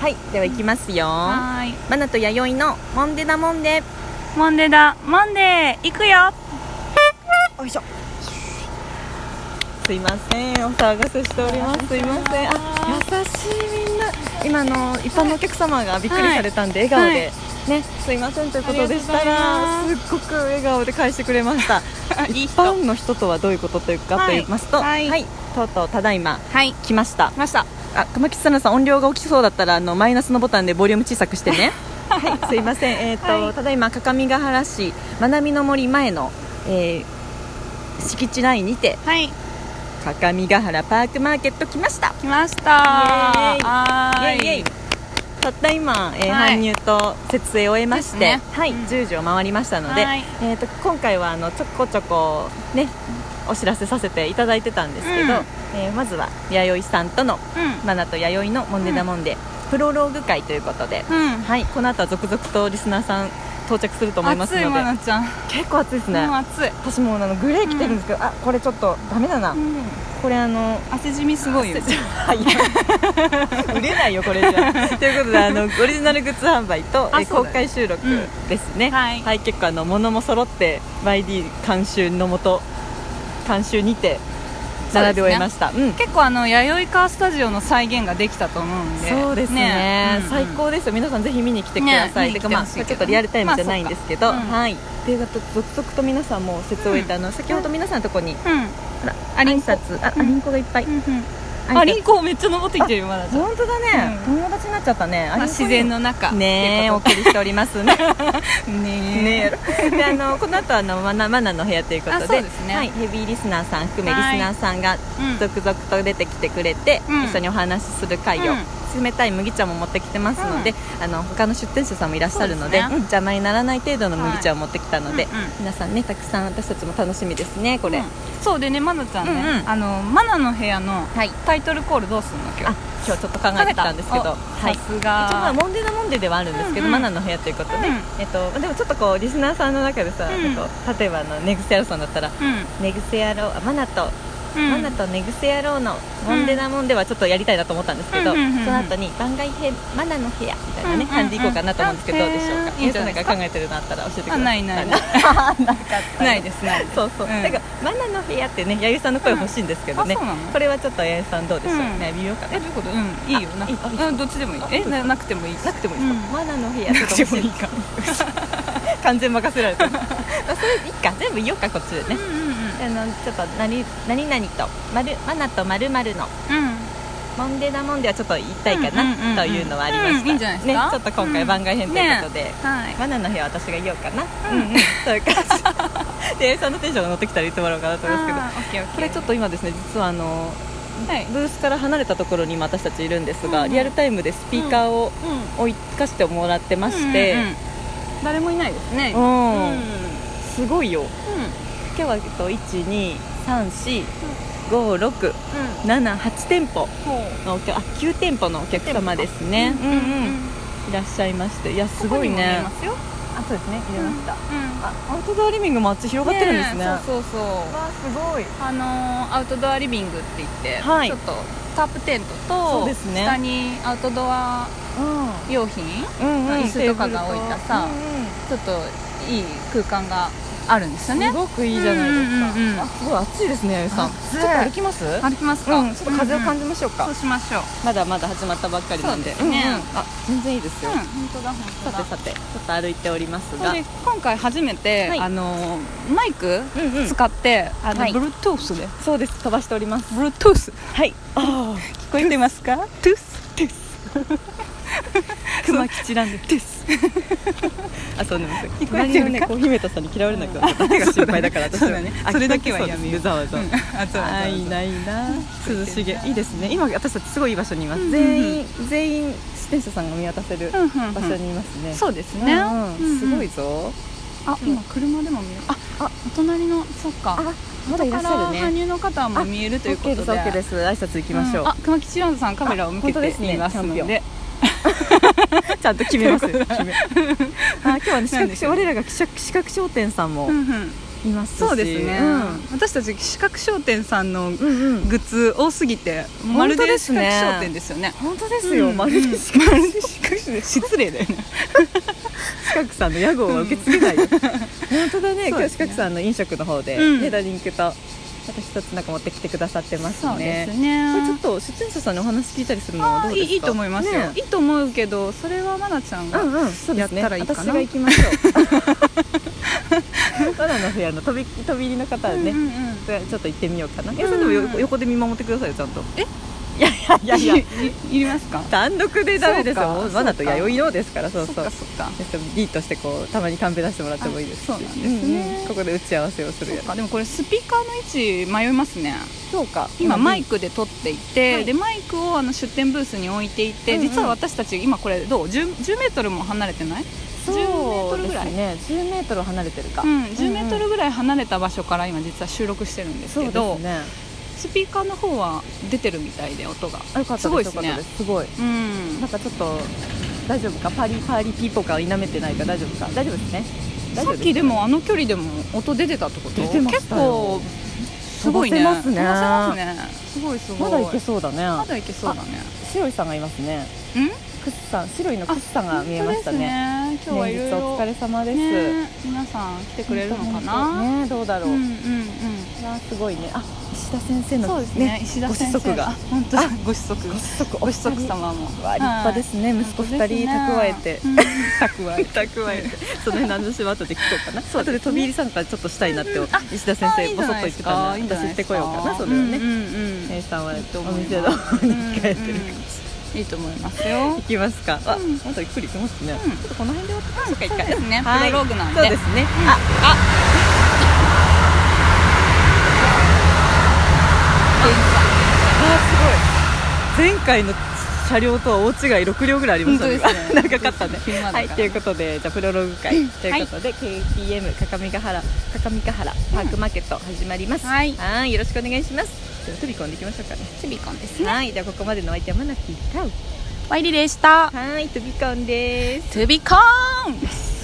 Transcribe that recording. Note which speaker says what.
Speaker 1: はいでは行きますよマ
Speaker 2: はーい
Speaker 1: ナと弥生のモンデだモンデ
Speaker 2: モンデーだモンデー行くよ
Speaker 1: よいしょすいませんお騒がせしておりますすいませんあ優しいみんな今あの一般のお客様がびっくりされたんで、
Speaker 2: はい
Speaker 1: 笑顔で、
Speaker 2: は
Speaker 1: ねすいませんということでした
Speaker 2: あ
Speaker 1: ら
Speaker 2: り
Speaker 1: すっごく笑顔で返してくれました
Speaker 2: いい
Speaker 1: 一
Speaker 2: 人
Speaker 1: 般の人とはどういうことというかと
Speaker 2: はい
Speaker 1: 言いますと
Speaker 2: はい
Speaker 1: とうとうただいま
Speaker 2: はい
Speaker 1: 来ました
Speaker 2: ました
Speaker 1: あ玉木さなさん音量が大きそうだったらあのマイナスのボタンでボリューム小さくして ねはいすいませんえっ、と、
Speaker 2: はい
Speaker 1: ただいま各務原市まなみの森前の、えー敷地内にて
Speaker 2: はい
Speaker 1: 各務原パークマーケット来ました
Speaker 2: 来ました
Speaker 1: イエーイ
Speaker 2: はーい
Speaker 1: イエイイエイたった今、えー
Speaker 2: は
Speaker 1: 搬
Speaker 2: い
Speaker 1: 入と設営を終えまして、
Speaker 2: ですね
Speaker 1: はい、
Speaker 2: うん
Speaker 1: 10時を回りましたので、
Speaker 2: はい
Speaker 1: えー、と今回はあのちょこちょこねお知らせさせていただいてたんですけど、
Speaker 2: うん
Speaker 1: えーまずは弥生さんとの
Speaker 2: う
Speaker 1: マナと弥生のモンデダモンデ、プロローグ会ということで、
Speaker 2: んうん
Speaker 1: はいこの後は続々とリスナーさん到着すると思います
Speaker 2: 暑い
Speaker 1: の
Speaker 2: マ
Speaker 1: で
Speaker 2: ナちゃんも
Speaker 1: 結構暑いです
Speaker 2: う
Speaker 1: ね、
Speaker 2: 暑い
Speaker 1: 私もうあのグレー着てるんですけど、あこれちょっとダメだな、
Speaker 2: うん
Speaker 1: これあの
Speaker 2: 汗染みすごいよ
Speaker 1: はい、 売れないよこれじ ゃということであのオリジナルグッズ販売と
Speaker 2: あ
Speaker 1: え
Speaker 2: そ
Speaker 1: 公
Speaker 2: うだね
Speaker 1: 開収録
Speaker 2: うん
Speaker 1: ですね、
Speaker 2: はい
Speaker 1: 結構あの物も揃って YD 監修のもと監修にて並べ終えましたう,、ん
Speaker 2: 結構あの弥生川スタジオの再現ができたと思うんで
Speaker 1: そうですね
Speaker 2: うん
Speaker 1: 最高ですよ皆さんぜひ見に来てください、て
Speaker 2: ね見に来
Speaker 1: か
Speaker 2: て
Speaker 1: まあ
Speaker 2: ほしい
Speaker 1: ちょ
Speaker 2: けど
Speaker 1: っとリアルタイムじゃないんですけど、
Speaker 2: まあそうかうん
Speaker 1: はいということで続々と皆さんもう説を終えて、あの先ほど皆さんのとこに
Speaker 2: うん
Speaker 1: あら
Speaker 2: ありん
Speaker 1: 挨
Speaker 2: こ
Speaker 1: 拶あ、あ
Speaker 2: うん
Speaker 1: りんこがいっぱい、
Speaker 2: うんうん
Speaker 1: 挨拶
Speaker 2: あリンコめっちゃ登ってきてるよまだちゃん
Speaker 1: 本当だね、
Speaker 2: う
Speaker 1: 友達になっちゃったね、あ
Speaker 2: まあ
Speaker 1: りんこに
Speaker 2: 自然の中
Speaker 1: ねえお
Speaker 2: っ
Speaker 1: 送りしておりますね
Speaker 2: ていうこと
Speaker 1: ね
Speaker 2: ね
Speaker 1: えであのこの後あのマナマナの部屋ということで
Speaker 2: あそうですね
Speaker 1: はい、ヘビーリスナーさん含めリス
Speaker 2: はい
Speaker 1: ナーさんが
Speaker 2: うん
Speaker 1: 続々と出てきてくれて、
Speaker 2: うん
Speaker 1: 一緒にお話しする会を、冷たい麦茶も持ってきてますので、あの他の出店者さんもいらっしゃるので
Speaker 2: そうですね
Speaker 1: うん邪魔にならない程度の麦茶を持ってきたので、
Speaker 2: はいうんうん
Speaker 1: 皆さんねたくさん私たちも楽しみですねこれ、
Speaker 2: うんそうでねマナちゃんね、
Speaker 1: うんうん
Speaker 2: あのマナの部屋の
Speaker 1: はい
Speaker 2: タイトルコールどうすんの今
Speaker 1: あ
Speaker 2: 日
Speaker 1: 今日ちょっと考えてきたんですけど
Speaker 2: お
Speaker 1: はい
Speaker 2: さす
Speaker 1: ちょっとまあ
Speaker 2: が
Speaker 1: モンデナモンデではあるんですけど、
Speaker 2: うんうん
Speaker 1: マナの部屋ということで、
Speaker 2: うん
Speaker 1: えっと、でもちょっとこうリスナーさんの中でさ、
Speaker 2: うん
Speaker 1: なんか例えばあの寝癖野郎さんだったら
Speaker 2: うん
Speaker 1: 寝癖野郎あマナと、
Speaker 2: うん
Speaker 1: マナと寝癖野郎のモンデナモンデはちょっとやりたいなと思ったんですけど、
Speaker 2: うんうんうんうん
Speaker 1: その後に番外編マナの部屋みたいなね、
Speaker 2: うんうんうん
Speaker 1: 感じでいこうかなと思うんですけどどうでしょうか、
Speaker 2: うんいいんじゃない
Speaker 1: 皆
Speaker 2: です
Speaker 1: さ
Speaker 2: か
Speaker 1: んが考えてるのあったら教えてくださ
Speaker 2: あ
Speaker 1: い
Speaker 2: ないない
Speaker 1: な
Speaker 2: ないいないですないです
Speaker 1: そうそう、
Speaker 2: うん
Speaker 1: だからマナの部屋ってね弥生さんの声欲しいんですけどね、
Speaker 2: うんあそうなの
Speaker 1: これはちょっと弥生さんどうでしょうね、微妙かな
Speaker 2: えどういうことうんいいよな
Speaker 1: あいいいい
Speaker 2: うんどっちでもいい
Speaker 1: あ
Speaker 2: え
Speaker 1: そう
Speaker 2: ななくてもいい
Speaker 1: なくてもいいですか、
Speaker 2: うん
Speaker 1: マナの部屋ちょっと欲しい
Speaker 2: か
Speaker 1: 完全任せられたまあそれいいか全部言おうかこっちで
Speaker 2: う
Speaker 1: ね
Speaker 2: ん、うんうん
Speaker 1: あのちょっと何何々とまるマナとまるまるの
Speaker 2: うん
Speaker 1: モンデナモンデはちょっと言いたいかな、
Speaker 2: うんうんうんうん
Speaker 1: というのはありました、
Speaker 2: うんいいんじゃないですか
Speaker 1: ね、ちょっと今回
Speaker 2: うん
Speaker 1: 番外編ということで、
Speaker 2: はい
Speaker 1: マナの部屋は私が言おうかな、
Speaker 2: うん
Speaker 1: うんうんそういう感じで八重さんのテンションが乗ってきたら言ってもらおうかなと思いますけど
Speaker 2: あーオッケーオッケー
Speaker 1: これちょっと今ですね実はあの
Speaker 2: はい
Speaker 1: ブースから離れたところに今私たちいるんですが、
Speaker 2: うんうん
Speaker 1: リアルタイムでスピーカーを置かしてもらってまして、
Speaker 2: うんうんうん誰もいないですね
Speaker 1: うん
Speaker 2: うん
Speaker 1: すごいよ今日はえっと1234567
Speaker 2: うん
Speaker 1: 店舗
Speaker 2: ほう
Speaker 1: のお客あ9店舗のお客様ですねうんうんいらっしゃいましていやすごいね
Speaker 2: ここにも見えますよ
Speaker 1: あそうですね入
Speaker 2: うん
Speaker 1: あアウトドアリビングもあっち広がってるんですね
Speaker 2: えそうそうそう
Speaker 1: わあすごい
Speaker 2: あのーアウトドアリビングって言って、
Speaker 1: はい
Speaker 2: ちょっとタープテント
Speaker 1: そう
Speaker 2: と、
Speaker 1: ですね
Speaker 2: 下にアウトドア用品
Speaker 1: うんうん
Speaker 2: 椅子とかが置いたさちょっといい空間があるんですよね
Speaker 1: すごくいいじゃない
Speaker 2: うんうん
Speaker 1: で
Speaker 2: う
Speaker 1: す
Speaker 2: ん
Speaker 1: かあすごい暑いですねあゆさん
Speaker 2: 暑
Speaker 1: ち
Speaker 2: い
Speaker 1: ょっと歩きます
Speaker 2: 歩きますか、
Speaker 1: うんちょっと風を感
Speaker 2: じ
Speaker 1: じましょう
Speaker 2: そ
Speaker 1: か
Speaker 2: うしましょう
Speaker 1: まだまだ始まったばっかりなんで
Speaker 2: そうですね
Speaker 1: うんうんあ全然いいです
Speaker 2: う
Speaker 1: よ
Speaker 2: ん本当だ本当
Speaker 1: さ
Speaker 2: だ
Speaker 1: てさてちょっと歩いております
Speaker 2: そ
Speaker 1: が
Speaker 2: うで今回初めて、
Speaker 1: はい
Speaker 2: あのーマイク
Speaker 1: うんうん
Speaker 2: 使って、あの
Speaker 1: はい
Speaker 2: Bluetooth で
Speaker 1: そうです飛ばしております
Speaker 2: Bluetooth
Speaker 1: はいあ
Speaker 2: 聞こえてますかトゥーストゥース
Speaker 1: あ熊吉なんでです あそうなんです
Speaker 2: 聞こえてるか
Speaker 1: 隣のねコーヒーメーターさんに嫌われなくなった誰 が心配だから私
Speaker 2: そう
Speaker 1: は
Speaker 2: だね
Speaker 1: あ
Speaker 2: それだけはやめよう
Speaker 1: 聞こえてそうですねざわ
Speaker 2: あ
Speaker 1: ざわざわいないな涼しげいいですね今私たちすごいいい場所にいま
Speaker 2: うん
Speaker 1: す
Speaker 2: うんうん
Speaker 1: 全員全員自転車さんが見渡せる
Speaker 2: うんうんうん
Speaker 1: 場所にいますね
Speaker 2: そうですね、
Speaker 1: うんうんすごいぞ
Speaker 2: あ、今車でも見える。あ、あ、お隣の、そっか。
Speaker 1: まだいら
Speaker 2: か
Speaker 1: っしゃ
Speaker 2: ら
Speaker 1: るね
Speaker 2: 羽生の方も見えるということ
Speaker 1: OK
Speaker 2: で。
Speaker 1: です OK です挨拶行きましょう、
Speaker 2: んあ、熊吉ランドさんカメラを向け
Speaker 1: あ本当です
Speaker 2: て
Speaker 1: ね
Speaker 2: いますの
Speaker 1: チャンピオ
Speaker 2: で。
Speaker 1: ちゃんと 決めますよ。決めあ今日はね、
Speaker 2: なん
Speaker 1: 視
Speaker 2: で
Speaker 1: 覚
Speaker 2: し
Speaker 1: 商
Speaker 2: ょう
Speaker 1: 我らが視覚視覚商店さんも
Speaker 2: うんうん
Speaker 1: いいますし
Speaker 2: そうですね、
Speaker 1: うん
Speaker 2: 私たち四角商店さんのグ
Speaker 1: うんうん
Speaker 2: ッズ多すぎて、まる
Speaker 1: 本当
Speaker 2: で
Speaker 1: で
Speaker 2: 四
Speaker 1: す
Speaker 2: 角
Speaker 1: ね
Speaker 2: 商店ですよね
Speaker 1: 本当ですよ、
Speaker 2: うん
Speaker 1: まるで四角
Speaker 2: まるで四角商店失礼だよね
Speaker 1: 四角さんの屋号は受け付けないよ、本当だね
Speaker 2: そ
Speaker 1: 今
Speaker 2: うで
Speaker 1: 日
Speaker 2: す
Speaker 1: 四
Speaker 2: ね
Speaker 1: 角さんの飲食の方で、
Speaker 2: うん
Speaker 1: ねドリンクとまた一つなんか持ってきてくださってますね
Speaker 2: そうで
Speaker 1: これちょ
Speaker 2: すね
Speaker 1: っと出演者さんにお話聞いたりするのは
Speaker 2: あ
Speaker 1: どう
Speaker 2: ー
Speaker 1: で
Speaker 2: い
Speaker 1: すか
Speaker 2: いいいと思いますよ、
Speaker 1: ね
Speaker 2: いいと思うけどそれはまなちゃんが、
Speaker 1: うんうんそうですね
Speaker 2: やったらいいかな
Speaker 1: 私が行きましょうバナナの部屋の飛び飛び入りの方はね、
Speaker 2: うんうんうん
Speaker 1: じゃあちょっと行ってみようかな、いやそれでもよ
Speaker 2: うんうん
Speaker 1: 横で見守ってくださいよちゃんと
Speaker 2: え
Speaker 1: いやいやいやいや
Speaker 2: いりますか
Speaker 1: 単独でダメですよ
Speaker 2: そうか
Speaker 1: わざと弥生のですからそう
Speaker 2: そっ
Speaker 1: そう
Speaker 2: かそっか
Speaker 1: でその D としてこうたまにカンペ出してもらってもいいですし
Speaker 2: あそうなんですね
Speaker 1: うんうんここで打ち合わせをす
Speaker 2: そ
Speaker 1: る
Speaker 2: っ
Speaker 1: やつ
Speaker 2: かでもこれスピーカーの位置迷いますね
Speaker 1: そうか
Speaker 2: 今マイ
Speaker 1: ク
Speaker 2: クで撮っていて、
Speaker 1: はい
Speaker 2: でマイクをあの出店ブースに置いていて、
Speaker 1: うんうん
Speaker 2: 実は私たち今これどう 10, 10メートルも離れてない
Speaker 1: 10
Speaker 2: 10
Speaker 1: メ
Speaker 2: メ
Speaker 1: ー
Speaker 2: ー
Speaker 1: ト
Speaker 2: ト
Speaker 1: ル
Speaker 2: ル
Speaker 1: ぐ
Speaker 2: ぐ
Speaker 1: ら
Speaker 2: らい
Speaker 1: いね10メートル離れてるか
Speaker 2: うん、10メート
Speaker 1: うん
Speaker 2: ルぐらい離れた場所から今実は収録してるんです
Speaker 1: そう
Speaker 2: け
Speaker 1: で
Speaker 2: ど
Speaker 1: すね
Speaker 2: スピーカーの方は出てるみたいで音が
Speaker 1: あよかった
Speaker 2: すごいです
Speaker 1: よ
Speaker 2: ね
Speaker 1: かったすごい
Speaker 2: うん
Speaker 1: なんかちょっと大丈夫かパリパリピーポか否めてないか大丈夫か大丈夫ですね大丈
Speaker 2: さ
Speaker 1: 夫
Speaker 2: っ
Speaker 1: す
Speaker 2: きでもあの距離でも音出てたってこと
Speaker 1: 出てまし
Speaker 2: 結
Speaker 1: たよ
Speaker 2: 構すごいね
Speaker 1: 飛ばせますね
Speaker 2: 飛ばせますねすごいすごい
Speaker 1: まだいけそうだ
Speaker 2: ま
Speaker 1: ね
Speaker 2: だいけそうだね
Speaker 1: 白いさんがいますね
Speaker 2: うん
Speaker 1: クスさん白いのクスさんが見えましたね
Speaker 2: 本当ですね今日はい
Speaker 1: 連
Speaker 2: ろい
Speaker 1: 日お
Speaker 2: ろ
Speaker 1: 疲れ様です、
Speaker 2: ね皆さん来てくれるのかな、
Speaker 1: ねどうだろ
Speaker 2: う
Speaker 1: う、
Speaker 2: んうんう
Speaker 1: い
Speaker 2: ん
Speaker 1: やすごいねあ石田先生の
Speaker 2: そうですね石田先
Speaker 1: ご子
Speaker 2: 生
Speaker 1: 息が
Speaker 2: あ本当だご子息
Speaker 1: ご子息
Speaker 2: ご子息様も
Speaker 1: わ立派ですね息子二人蓄えて
Speaker 2: 蓄えて
Speaker 1: 蓄えてその辺の話は後で聞こうかな後で飛び入り参加ちょっとしたいなって石田先生ボソッと言ってたんで私行ってこようかなそれはね、
Speaker 2: うんうん
Speaker 1: 姉さんはお
Speaker 2: いいと思います
Speaker 1: 店の方に控えてる
Speaker 2: うんうんいいと思いますよ
Speaker 1: 行きますかあ、
Speaker 2: うん
Speaker 1: またゆっくり行きますね、
Speaker 2: うん
Speaker 1: ちょっとこの辺で終わって
Speaker 2: そうか一回ですねプ
Speaker 1: はい
Speaker 2: ロローグなん
Speaker 1: そうで
Speaker 2: です
Speaker 1: ね、ああすごい前回の車両とは大違い6両ぐらいありました
Speaker 2: 本当ですね
Speaker 1: 長かったね
Speaker 2: 本当ですね
Speaker 1: はいということでじゃあプロローグ会ということで、KTM 各務原各務原パークマーケット始まります、
Speaker 2: はい
Speaker 1: いよろしくお願いしますでは飛び込んでいきましょうかね
Speaker 2: チビコンですね
Speaker 1: はいではここまでのお相手はマナティータウ
Speaker 2: ワイリでした
Speaker 1: はい飛び込んです
Speaker 2: トゥビコーン